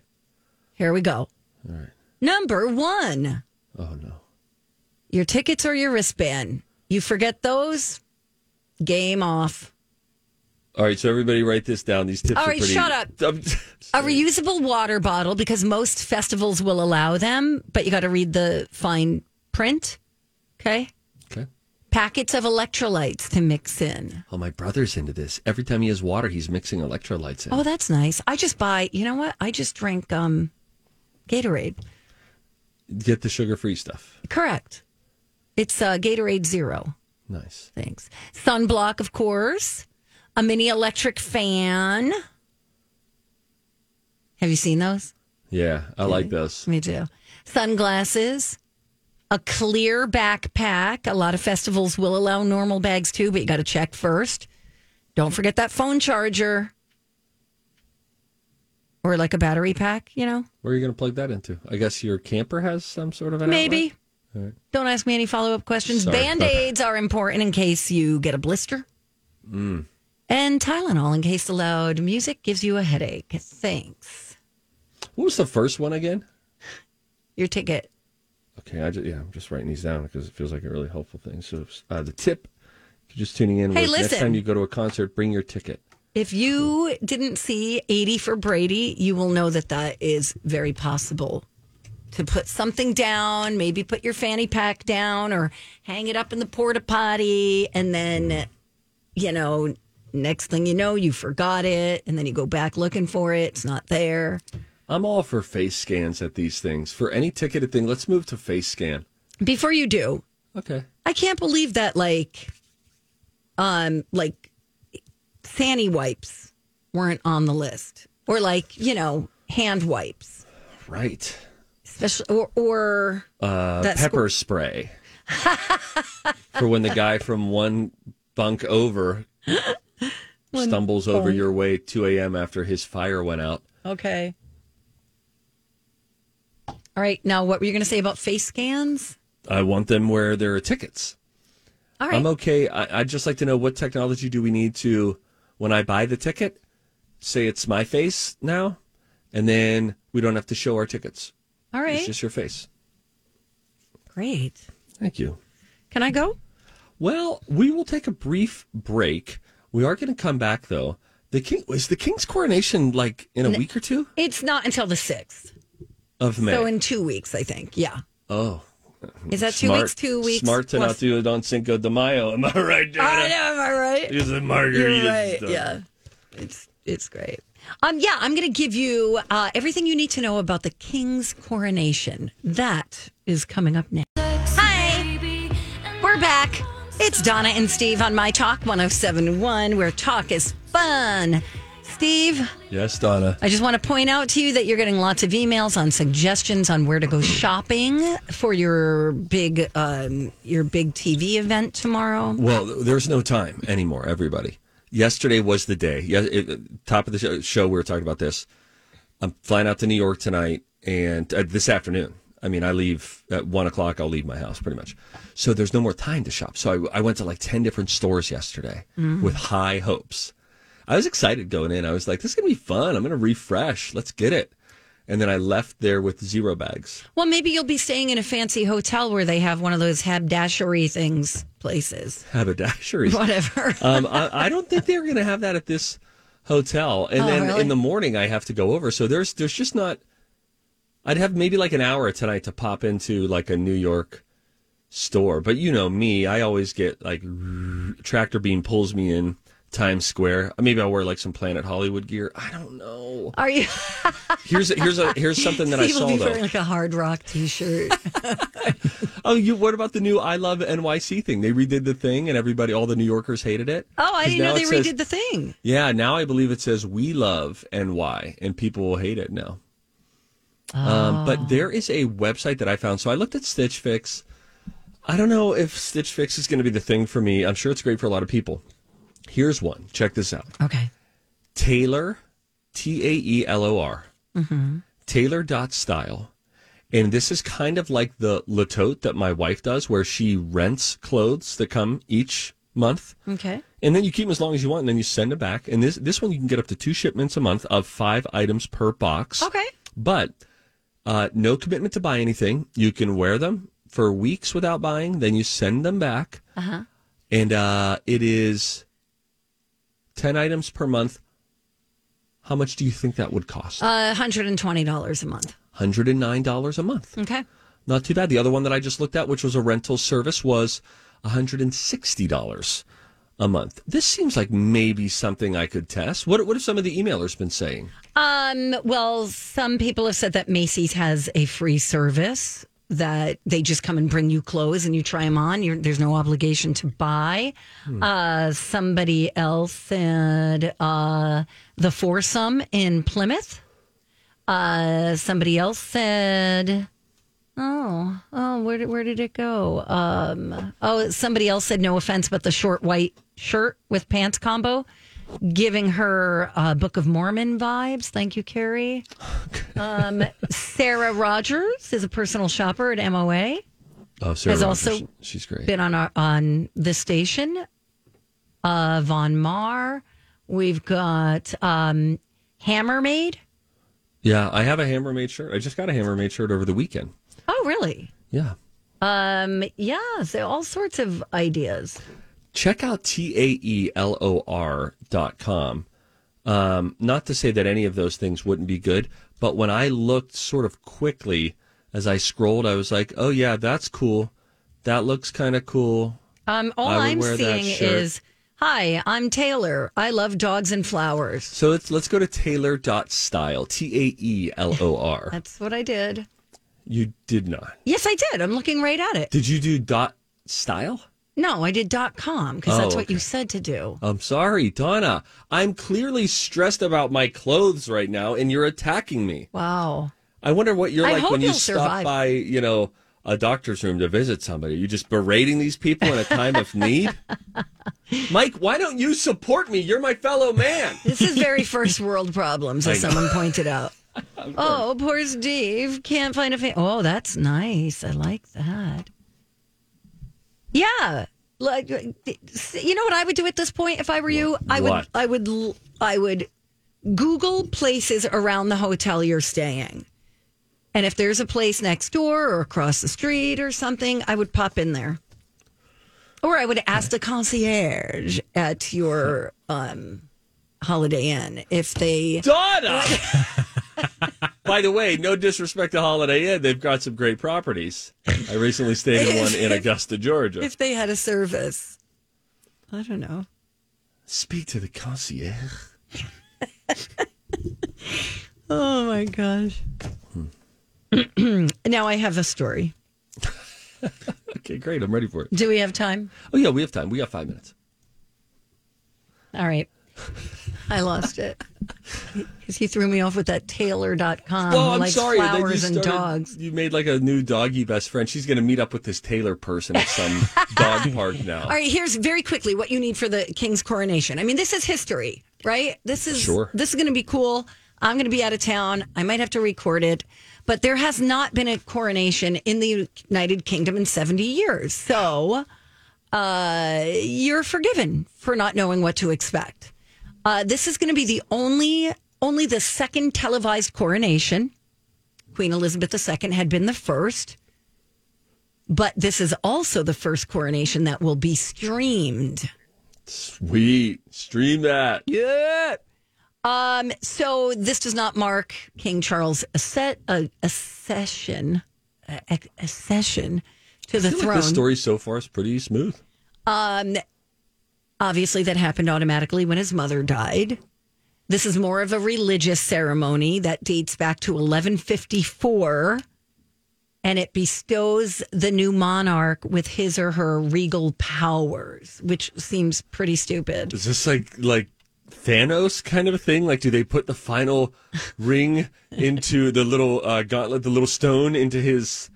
Speaker 1: Here we go.
Speaker 2: All right.
Speaker 1: Number one.
Speaker 2: Oh, no.
Speaker 1: Your tickets or your wristband. You forget those, game off.
Speaker 2: All right, so everybody write this down. These tips
Speaker 1: All
Speaker 2: are
Speaker 1: right,
Speaker 2: pretty.
Speaker 1: shut up.
Speaker 2: Um,
Speaker 1: A reusable water bottle because most festivals will allow them, but you got to read the fine print. Okay.
Speaker 2: Okay.
Speaker 1: Packets of electrolytes to mix in.
Speaker 2: Oh, my brother's into this. Every time he has water, he's mixing electrolytes in.
Speaker 1: Oh, that's nice. I just buy, you know what? I just drink um, Gatorade.
Speaker 2: Get the sugar-free stuff.
Speaker 1: Correct. It's uh, Gatorade Zero.
Speaker 2: Nice.
Speaker 1: Thanks. Sunblock, of course. A mini electric fan. Have you seen those?
Speaker 2: Yeah, I like those.
Speaker 1: Me too. Sunglasses. A clear backpack. A lot of festivals will allow normal bags too, but you got to check first. Don't forget that phone charger or like a battery pack, you know?
Speaker 2: Where are you going to plug that into? I guess your camper has some sort of an
Speaker 1: Maybe.
Speaker 2: outlet? All right.
Speaker 1: Don't ask me any follow up questions.
Speaker 2: Sorry.
Speaker 1: Band aids are important in case you get a blister.
Speaker 2: Mm.
Speaker 1: And Tylenol in case the loud music gives you a headache. Thanks.
Speaker 2: What was the first one again?
Speaker 1: Your ticket.
Speaker 2: Okay, I just, yeah, I'm just writing these down because it feels like a really helpful thing. So uh, the tip, if you're just tuning in,
Speaker 1: Hey,
Speaker 2: was next
Speaker 1: listen.
Speaker 2: time you go to a concert, bring your ticket.
Speaker 1: If you didn't see 80 for Brady, you will know that that is very possible to put something down, maybe put your fanny pack down or hang it up in the porta potty. And then, you know, next thing you know, you forgot it. And then you go back looking for it. It's not there.
Speaker 2: I'm all for face scans at these things. For any ticketed thing, let's move to face scan.
Speaker 1: Before you do,
Speaker 2: Okay.
Speaker 1: I can't believe that like um like fanny wipes weren't on the list or like, you know, hand wipes,
Speaker 2: Right.
Speaker 1: especially or, or
Speaker 2: Uh,
Speaker 1: That's
Speaker 2: pepper spray. for when the guy from one bunk over
Speaker 1: One
Speaker 2: stumbles over
Speaker 1: bunk.
Speaker 2: your way 2 a.m. after his fire went out.
Speaker 1: okay. All right, now what were you going to say about face scans?
Speaker 2: I want them where there are tickets.
Speaker 1: All right.
Speaker 2: I'm okay. I, I'd just like to know what technology do we need to, when I buy the ticket, say it's my face now, and then we don't have to show our tickets.
Speaker 1: All
Speaker 2: It's
Speaker 1: right.
Speaker 2: just your face.
Speaker 1: Great.
Speaker 2: Thank you.
Speaker 1: Can I go?
Speaker 2: Well, we will take a brief break. We are going to come back though. The king is the king's coronation like in a
Speaker 1: N-
Speaker 2: week or two
Speaker 1: It's not until the 6th.
Speaker 2: of May.
Speaker 1: So in 2 weeks, I think. Yeah.
Speaker 2: oh,
Speaker 1: Is that two
Speaker 2: Smart-
Speaker 1: weeks? Two weeks
Speaker 2: Smart to not
Speaker 1: plus-
Speaker 2: do it on Cinco de Mayo. Am I right, Donna?
Speaker 1: I know, am I right?
Speaker 2: These are margaritas,
Speaker 1: You're right.
Speaker 2: Donna.
Speaker 1: Yeah. It's it's great. Um, yeah, I'm going to give you uh, everything you need to know about the king's coronation. That is coming up next. Hi, we're back. It's Donna and Steve on My Talk 1071, where talk is fun. Steve,
Speaker 2: Yes, Donna.
Speaker 1: I just want to point out to you that you're getting lots of emails on suggestions on where to go shopping for your big um, your big TV event tomorrow.
Speaker 2: Well, there's no time anymore, everybody. Yesterday was the day. Yeah, it, top of the show, show, we were talking about this. I'm flying out to New York tonight and uh, this afternoon. I mean, I leave at one o'clock. I'll leave my house pretty much. So there's no more time to shop. So I, I went to like 10 different stores yesterday
Speaker 11: Mm.
Speaker 2: with high hopes. I was excited going in. I was like, this is going to be fun. I'm going to refresh. Let's get it. And then I left there with zero bags.
Speaker 1: Well, maybe you'll be staying in a fancy hotel where they have one of those haberdashery things places.
Speaker 2: haberdashery.
Speaker 1: Whatever.
Speaker 2: um, I, I don't think they're going to have that at this hotel. And
Speaker 1: Oh,
Speaker 2: then
Speaker 1: really?
Speaker 2: in the morning, I have to go over. So there's there's just not. I'd have maybe like an hour tonight to pop into like a New York store, but you know me, I always get like tractor beam pulls me in Times Square. Maybe I'll wear like some Planet Hollywood gear. I don't know.
Speaker 1: Are you?
Speaker 2: Here's here's a here's something that I
Speaker 1: Steve will
Speaker 2: saw
Speaker 1: be
Speaker 2: though.
Speaker 1: wearing like a Hard Rock T-shirt.
Speaker 2: Oh, you what about the new I Love NYC thing? They redid the thing and everybody all the New Yorkers hated it.
Speaker 1: Oh, I
Speaker 2: 'Cause
Speaker 1: didn't know
Speaker 2: now
Speaker 1: they
Speaker 2: it says-
Speaker 1: redid the thing.
Speaker 2: Yeah, now I believe it says we love NY and people will hate it now. Um, but there is a website that I found. So I looked at Stitch Fix. I don't know if Stitch Fix is going to be the thing for me. I'm sure it's great for a lot of people. Here's one. Check this out.
Speaker 1: Okay.
Speaker 2: Taylor, T A E L O R,
Speaker 11: Mm-hmm.
Speaker 2: Taylor dot style. And this is kind of like the Latote that my wife does, where she rents clothes that come each month.
Speaker 1: Okay.
Speaker 2: And then you keep them as long as you want, and then you send them back. And this this one you can get up to two shipments a month of five items per box.
Speaker 1: Okay.
Speaker 2: But uh, no commitment to buy anything. You can wear them for weeks without buying. Then you send them back,
Speaker 1: Uh huh.
Speaker 2: and uh, it is ten items per month. How much do you think that would cost?
Speaker 1: Uh, hundred and twenty dollars a month.
Speaker 2: Hundred and nine dollars a month.
Speaker 1: Okay.
Speaker 2: Not too bad. The other one that I just looked at, which was a rental service, was $160 a month. This seems like maybe something I could test. What, what have some of the emailers been saying?
Speaker 1: Um, well, some people have said that Macy's has a free service that they just come and bring you clothes and you try them on. You're, there's no obligation to buy.
Speaker 12: Hmm.
Speaker 1: Uh, somebody else said uh, the foursome in Plymouth. Uh, somebody else said, "Oh, oh, where did where did it go?" Um, oh, somebody else said, "No offense, but the short white shirt with pants combo." Giving her uh, Book of Mormon vibes. Thank you, Carrie. Um, Sarah Rogers is a personal shopper at MOA.
Speaker 2: Oh,
Speaker 1: Sarah Has Rogers. also
Speaker 2: she's great.
Speaker 1: Been on our, on the station. Uh, Von Mar. We've got um, Hammermaid.
Speaker 2: Yeah, I have a hammer made shirt. I just got a hammer made shirt over the weekend.
Speaker 1: Oh, really?
Speaker 2: Yeah.
Speaker 1: Um, yeah. So all sorts of ideas.
Speaker 2: Check out T A E L O R dot com. Um, not to say that any of those things wouldn't be good, but when I looked sort of quickly as I scrolled, I was like, oh, yeah, that's cool. That looks kind of cool.
Speaker 1: Um, all
Speaker 2: I would
Speaker 1: I'm
Speaker 2: wear that
Speaker 1: seeing
Speaker 2: shirt.
Speaker 1: is, "Hi, I'm Taylor. I love dogs and flowers."
Speaker 2: So let's let's go to Taylor.style. T A E L O R.
Speaker 1: That's what I did.
Speaker 2: You uh, did not.
Speaker 1: Yes, I did. I'm looking right at it.
Speaker 2: Did you do dot style?
Speaker 1: No, I did dot com because that's
Speaker 2: Oh,
Speaker 1: what you
Speaker 2: okay. Oh.
Speaker 1: said to do.
Speaker 2: I'm sorry, Donna. I'm clearly stressed about my clothes right now and you're attacking me.
Speaker 1: Wow.
Speaker 2: I wonder what you're
Speaker 1: I
Speaker 2: like
Speaker 1: hope
Speaker 2: when you
Speaker 1: you'll
Speaker 2: stop
Speaker 1: survive.
Speaker 2: by, you know, a doctor's room to visit somebody. Are you just berating these people in a time of need? Mike, why don't you support me? You're my fellow man.
Speaker 1: This is very first world problems, as
Speaker 2: I know.
Speaker 1: someone pointed out. oh, poor Steve can't find a fa- Oh, that's nice. I like that. Yeah, like you know what I would do at this point if I were you, I would,
Speaker 12: What?
Speaker 1: I would, l- I would Google places around the hotel you're staying, and if there's a place next door or across the street or something, I would pop in there, or I would ask the concierge at your um, Holiday Inn if they
Speaker 2: Donna! By the way, no disrespect to Holiday Inn. They've got some great properties. I recently stayed in one in Augusta, Georgia.
Speaker 1: if they had a service. I don't know.
Speaker 2: Speak to the concierge.
Speaker 1: Oh my gosh. Hmm. now I have a story.
Speaker 2: Okay, great. I'm ready for it.
Speaker 1: Do we have time?
Speaker 2: Oh, yeah, we have time. We got five minutes.
Speaker 1: All right. I lost it. Because he threw me off with that Taylor.com.
Speaker 2: Well,
Speaker 1: who
Speaker 2: I'm
Speaker 1: likes
Speaker 2: sorry. that you
Speaker 1: Flowers and
Speaker 2: started-
Speaker 1: dogs.
Speaker 2: You made like a new doggy best friend. She's going to meet up with this Taylor person at some dog park now.
Speaker 1: All right, here's very quickly what you need for the king's coronation. I mean, this is history, right? This is
Speaker 2: Sure.
Speaker 1: this is going to be cool. I'm going to be out of town. I might have to record it, but there has not been a coronation in the United Kingdom in 70 years. So, uh, you're forgiven for not knowing what to expect. Uh, this is going to be the only only the second televised coronation. Queen Elizabeth II had been the first but this is also the first coronation that will be streamed.
Speaker 2: Sweet. Stream that. Yeah.
Speaker 1: Um, so this does not mark King Charles' ascent, uh, accession, uh, ac- accession to
Speaker 2: I
Speaker 1: the
Speaker 2: feel like
Speaker 1: throne.
Speaker 2: this story so far is pretty smooth.
Speaker 1: um, Obviously, that happened automatically when his mother died. This is more of a religious ceremony that dates back to 1154, and it bestows the new monarch with his or her regal powers, which seems pretty stupid.
Speaker 2: Is this like like Thanos kind of a thing? Like, do they put the final ring into the little uh, gauntlet, the little stone into his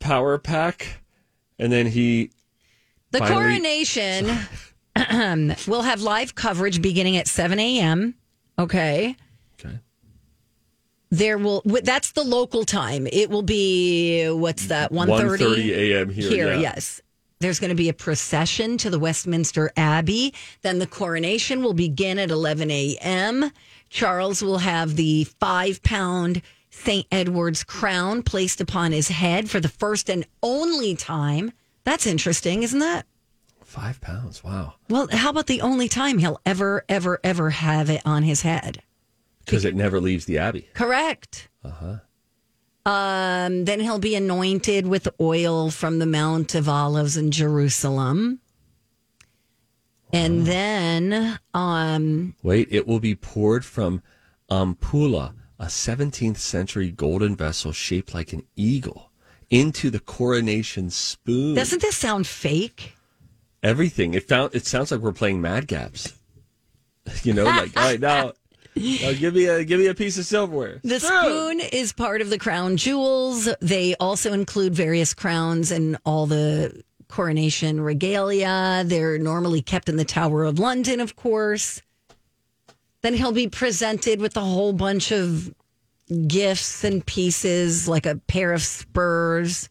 Speaker 2: power pack, and then he
Speaker 1: The
Speaker 2: finally-
Speaker 1: coronation will have live coverage beginning at 7 a.m. Okay.
Speaker 2: Okay.
Speaker 1: There will wh- that's the local time. It will be what's that 1:30
Speaker 2: 1:30 a.m. here, yeah.
Speaker 1: yes. There's going to be a procession to the Westminster Abbey. Then the coronation will begin at 11 a.m. Charles will have the five pound St. Edward's crown placed upon his head for the first and only time. That's interesting, isn't that?
Speaker 2: Five pounds. Wow.
Speaker 1: Well, how about the only time he'll ever, ever, ever have it on his head?
Speaker 2: Because it never leaves the abbey.
Speaker 1: Correct.
Speaker 2: Uh huh.
Speaker 1: Um, then he'll be anointed with oil from the Mount of Olives in Jerusalem. And then, um,
Speaker 2: Wait, it will be poured from Ampula, a 17th century golden vessel shaped like an eagle, into the coronation spoon.
Speaker 1: doesn't this sound fake?
Speaker 2: Everything. It, found, it sounds like we're playing Mad Gaps. You know, like, all right, now, now give, me a, give me a piece of silverware.
Speaker 1: The spoon is part of the crown jewels. They also include various crowns and all the coronation regalia. They're normally kept in the Tower of London, of course. Then he'll be presented with a whole bunch of gifts and pieces, like a pair of spurs.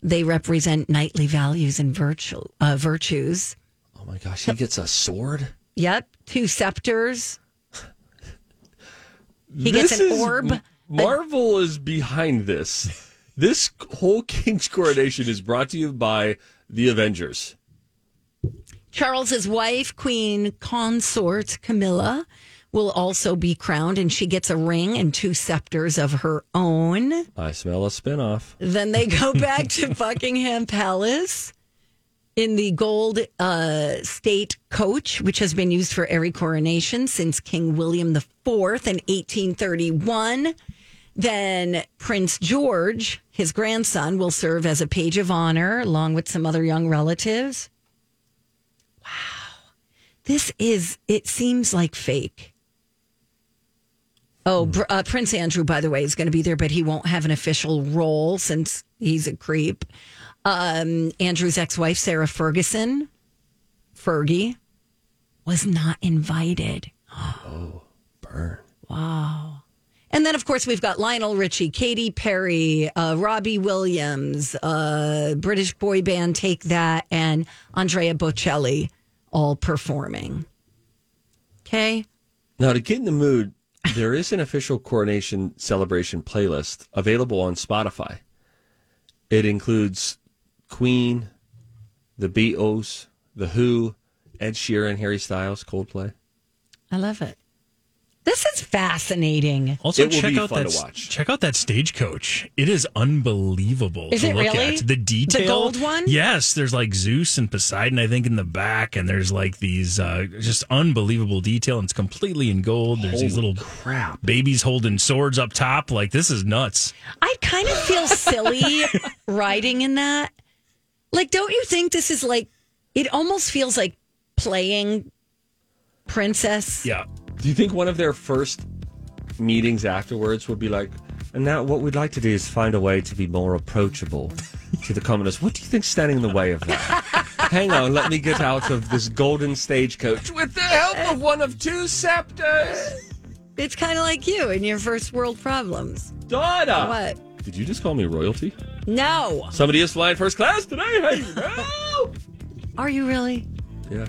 Speaker 1: They represent knightly values and virtu- uh, virtues.
Speaker 2: Oh my gosh, he gets a sword?
Speaker 1: Yep, two scepters. He
Speaker 2: This
Speaker 1: gets an
Speaker 2: is-
Speaker 1: orb.
Speaker 2: Marvel is behind this. This whole King's Coronation is brought to you by the Avengers.
Speaker 1: Charles's wife, Queen Consort Camilla, will also be crowned, and she gets a ring and two scepters of her own.
Speaker 2: I smell a spinoff.
Speaker 1: Then they go back to Buckingham Palace in the gold uh, state coach, which has been used for every coronation since King William IV in 1831. Then Prince George, his grandson, will serve as a page of honor along with some other young relatives. Wow. This is, it seems like fake. Oh, Br- uh, Prince Andrew, by the way, is going to be there, but he won't have an official role since he's a creep. Um, Andrew's ex wife, Sarah Ferguson, Fergie, was not invited.
Speaker 2: Oh, burn.
Speaker 1: Wow. And then, of course, we've got Lionel Richie, Katy Perry, uh, Robbie Williams, uh, British boy band Take That, and Andrea Bocelli all performing. Okay.
Speaker 2: Now, to get in the mood, there is an official coronation celebration playlist available on Spotify. It includes Queen, the Beatles, The Who, Ed Sheeran, Harry Styles, Coldplay.
Speaker 1: I love it. This is fascinating.
Speaker 5: Also,
Speaker 2: It will
Speaker 5: check
Speaker 2: be
Speaker 5: out
Speaker 2: fun
Speaker 5: that
Speaker 2: to
Speaker 5: s-
Speaker 2: watch.
Speaker 5: check out that stagecoach. It is unbelievable.
Speaker 1: Is
Speaker 5: to
Speaker 1: it
Speaker 5: look
Speaker 1: really?
Speaker 5: At.
Speaker 1: The
Speaker 5: The detail,
Speaker 1: gold one?
Speaker 5: Yes, there's like Zeus and Poseidon, I think, in the back, and there's like these uh, just unbelievable detail, and it's completely in gold. There's these
Speaker 2: Holy
Speaker 5: little
Speaker 2: crap.
Speaker 5: babies holding swords up top. Like this is nuts.
Speaker 1: I kind of feel silly riding in that. Like, don't you think this is like, it almost feels like playing princess?
Speaker 5: Yeah.
Speaker 2: Do you think one of their first meetings afterwards would be like, and now what we'd like to do is find a way to be more approachable to the commoners. What do you think's standing in the way of that? Hang on, let me get out of this golden stagecoach. With the help of one of two scepters.
Speaker 1: It's kind of like you and your first world problems.
Speaker 2: Donna!
Speaker 1: What?
Speaker 2: Did you just call me royalty?
Speaker 1: No.
Speaker 2: Somebody is flying first class today. Hey,
Speaker 1: Are you really?
Speaker 2: yeah.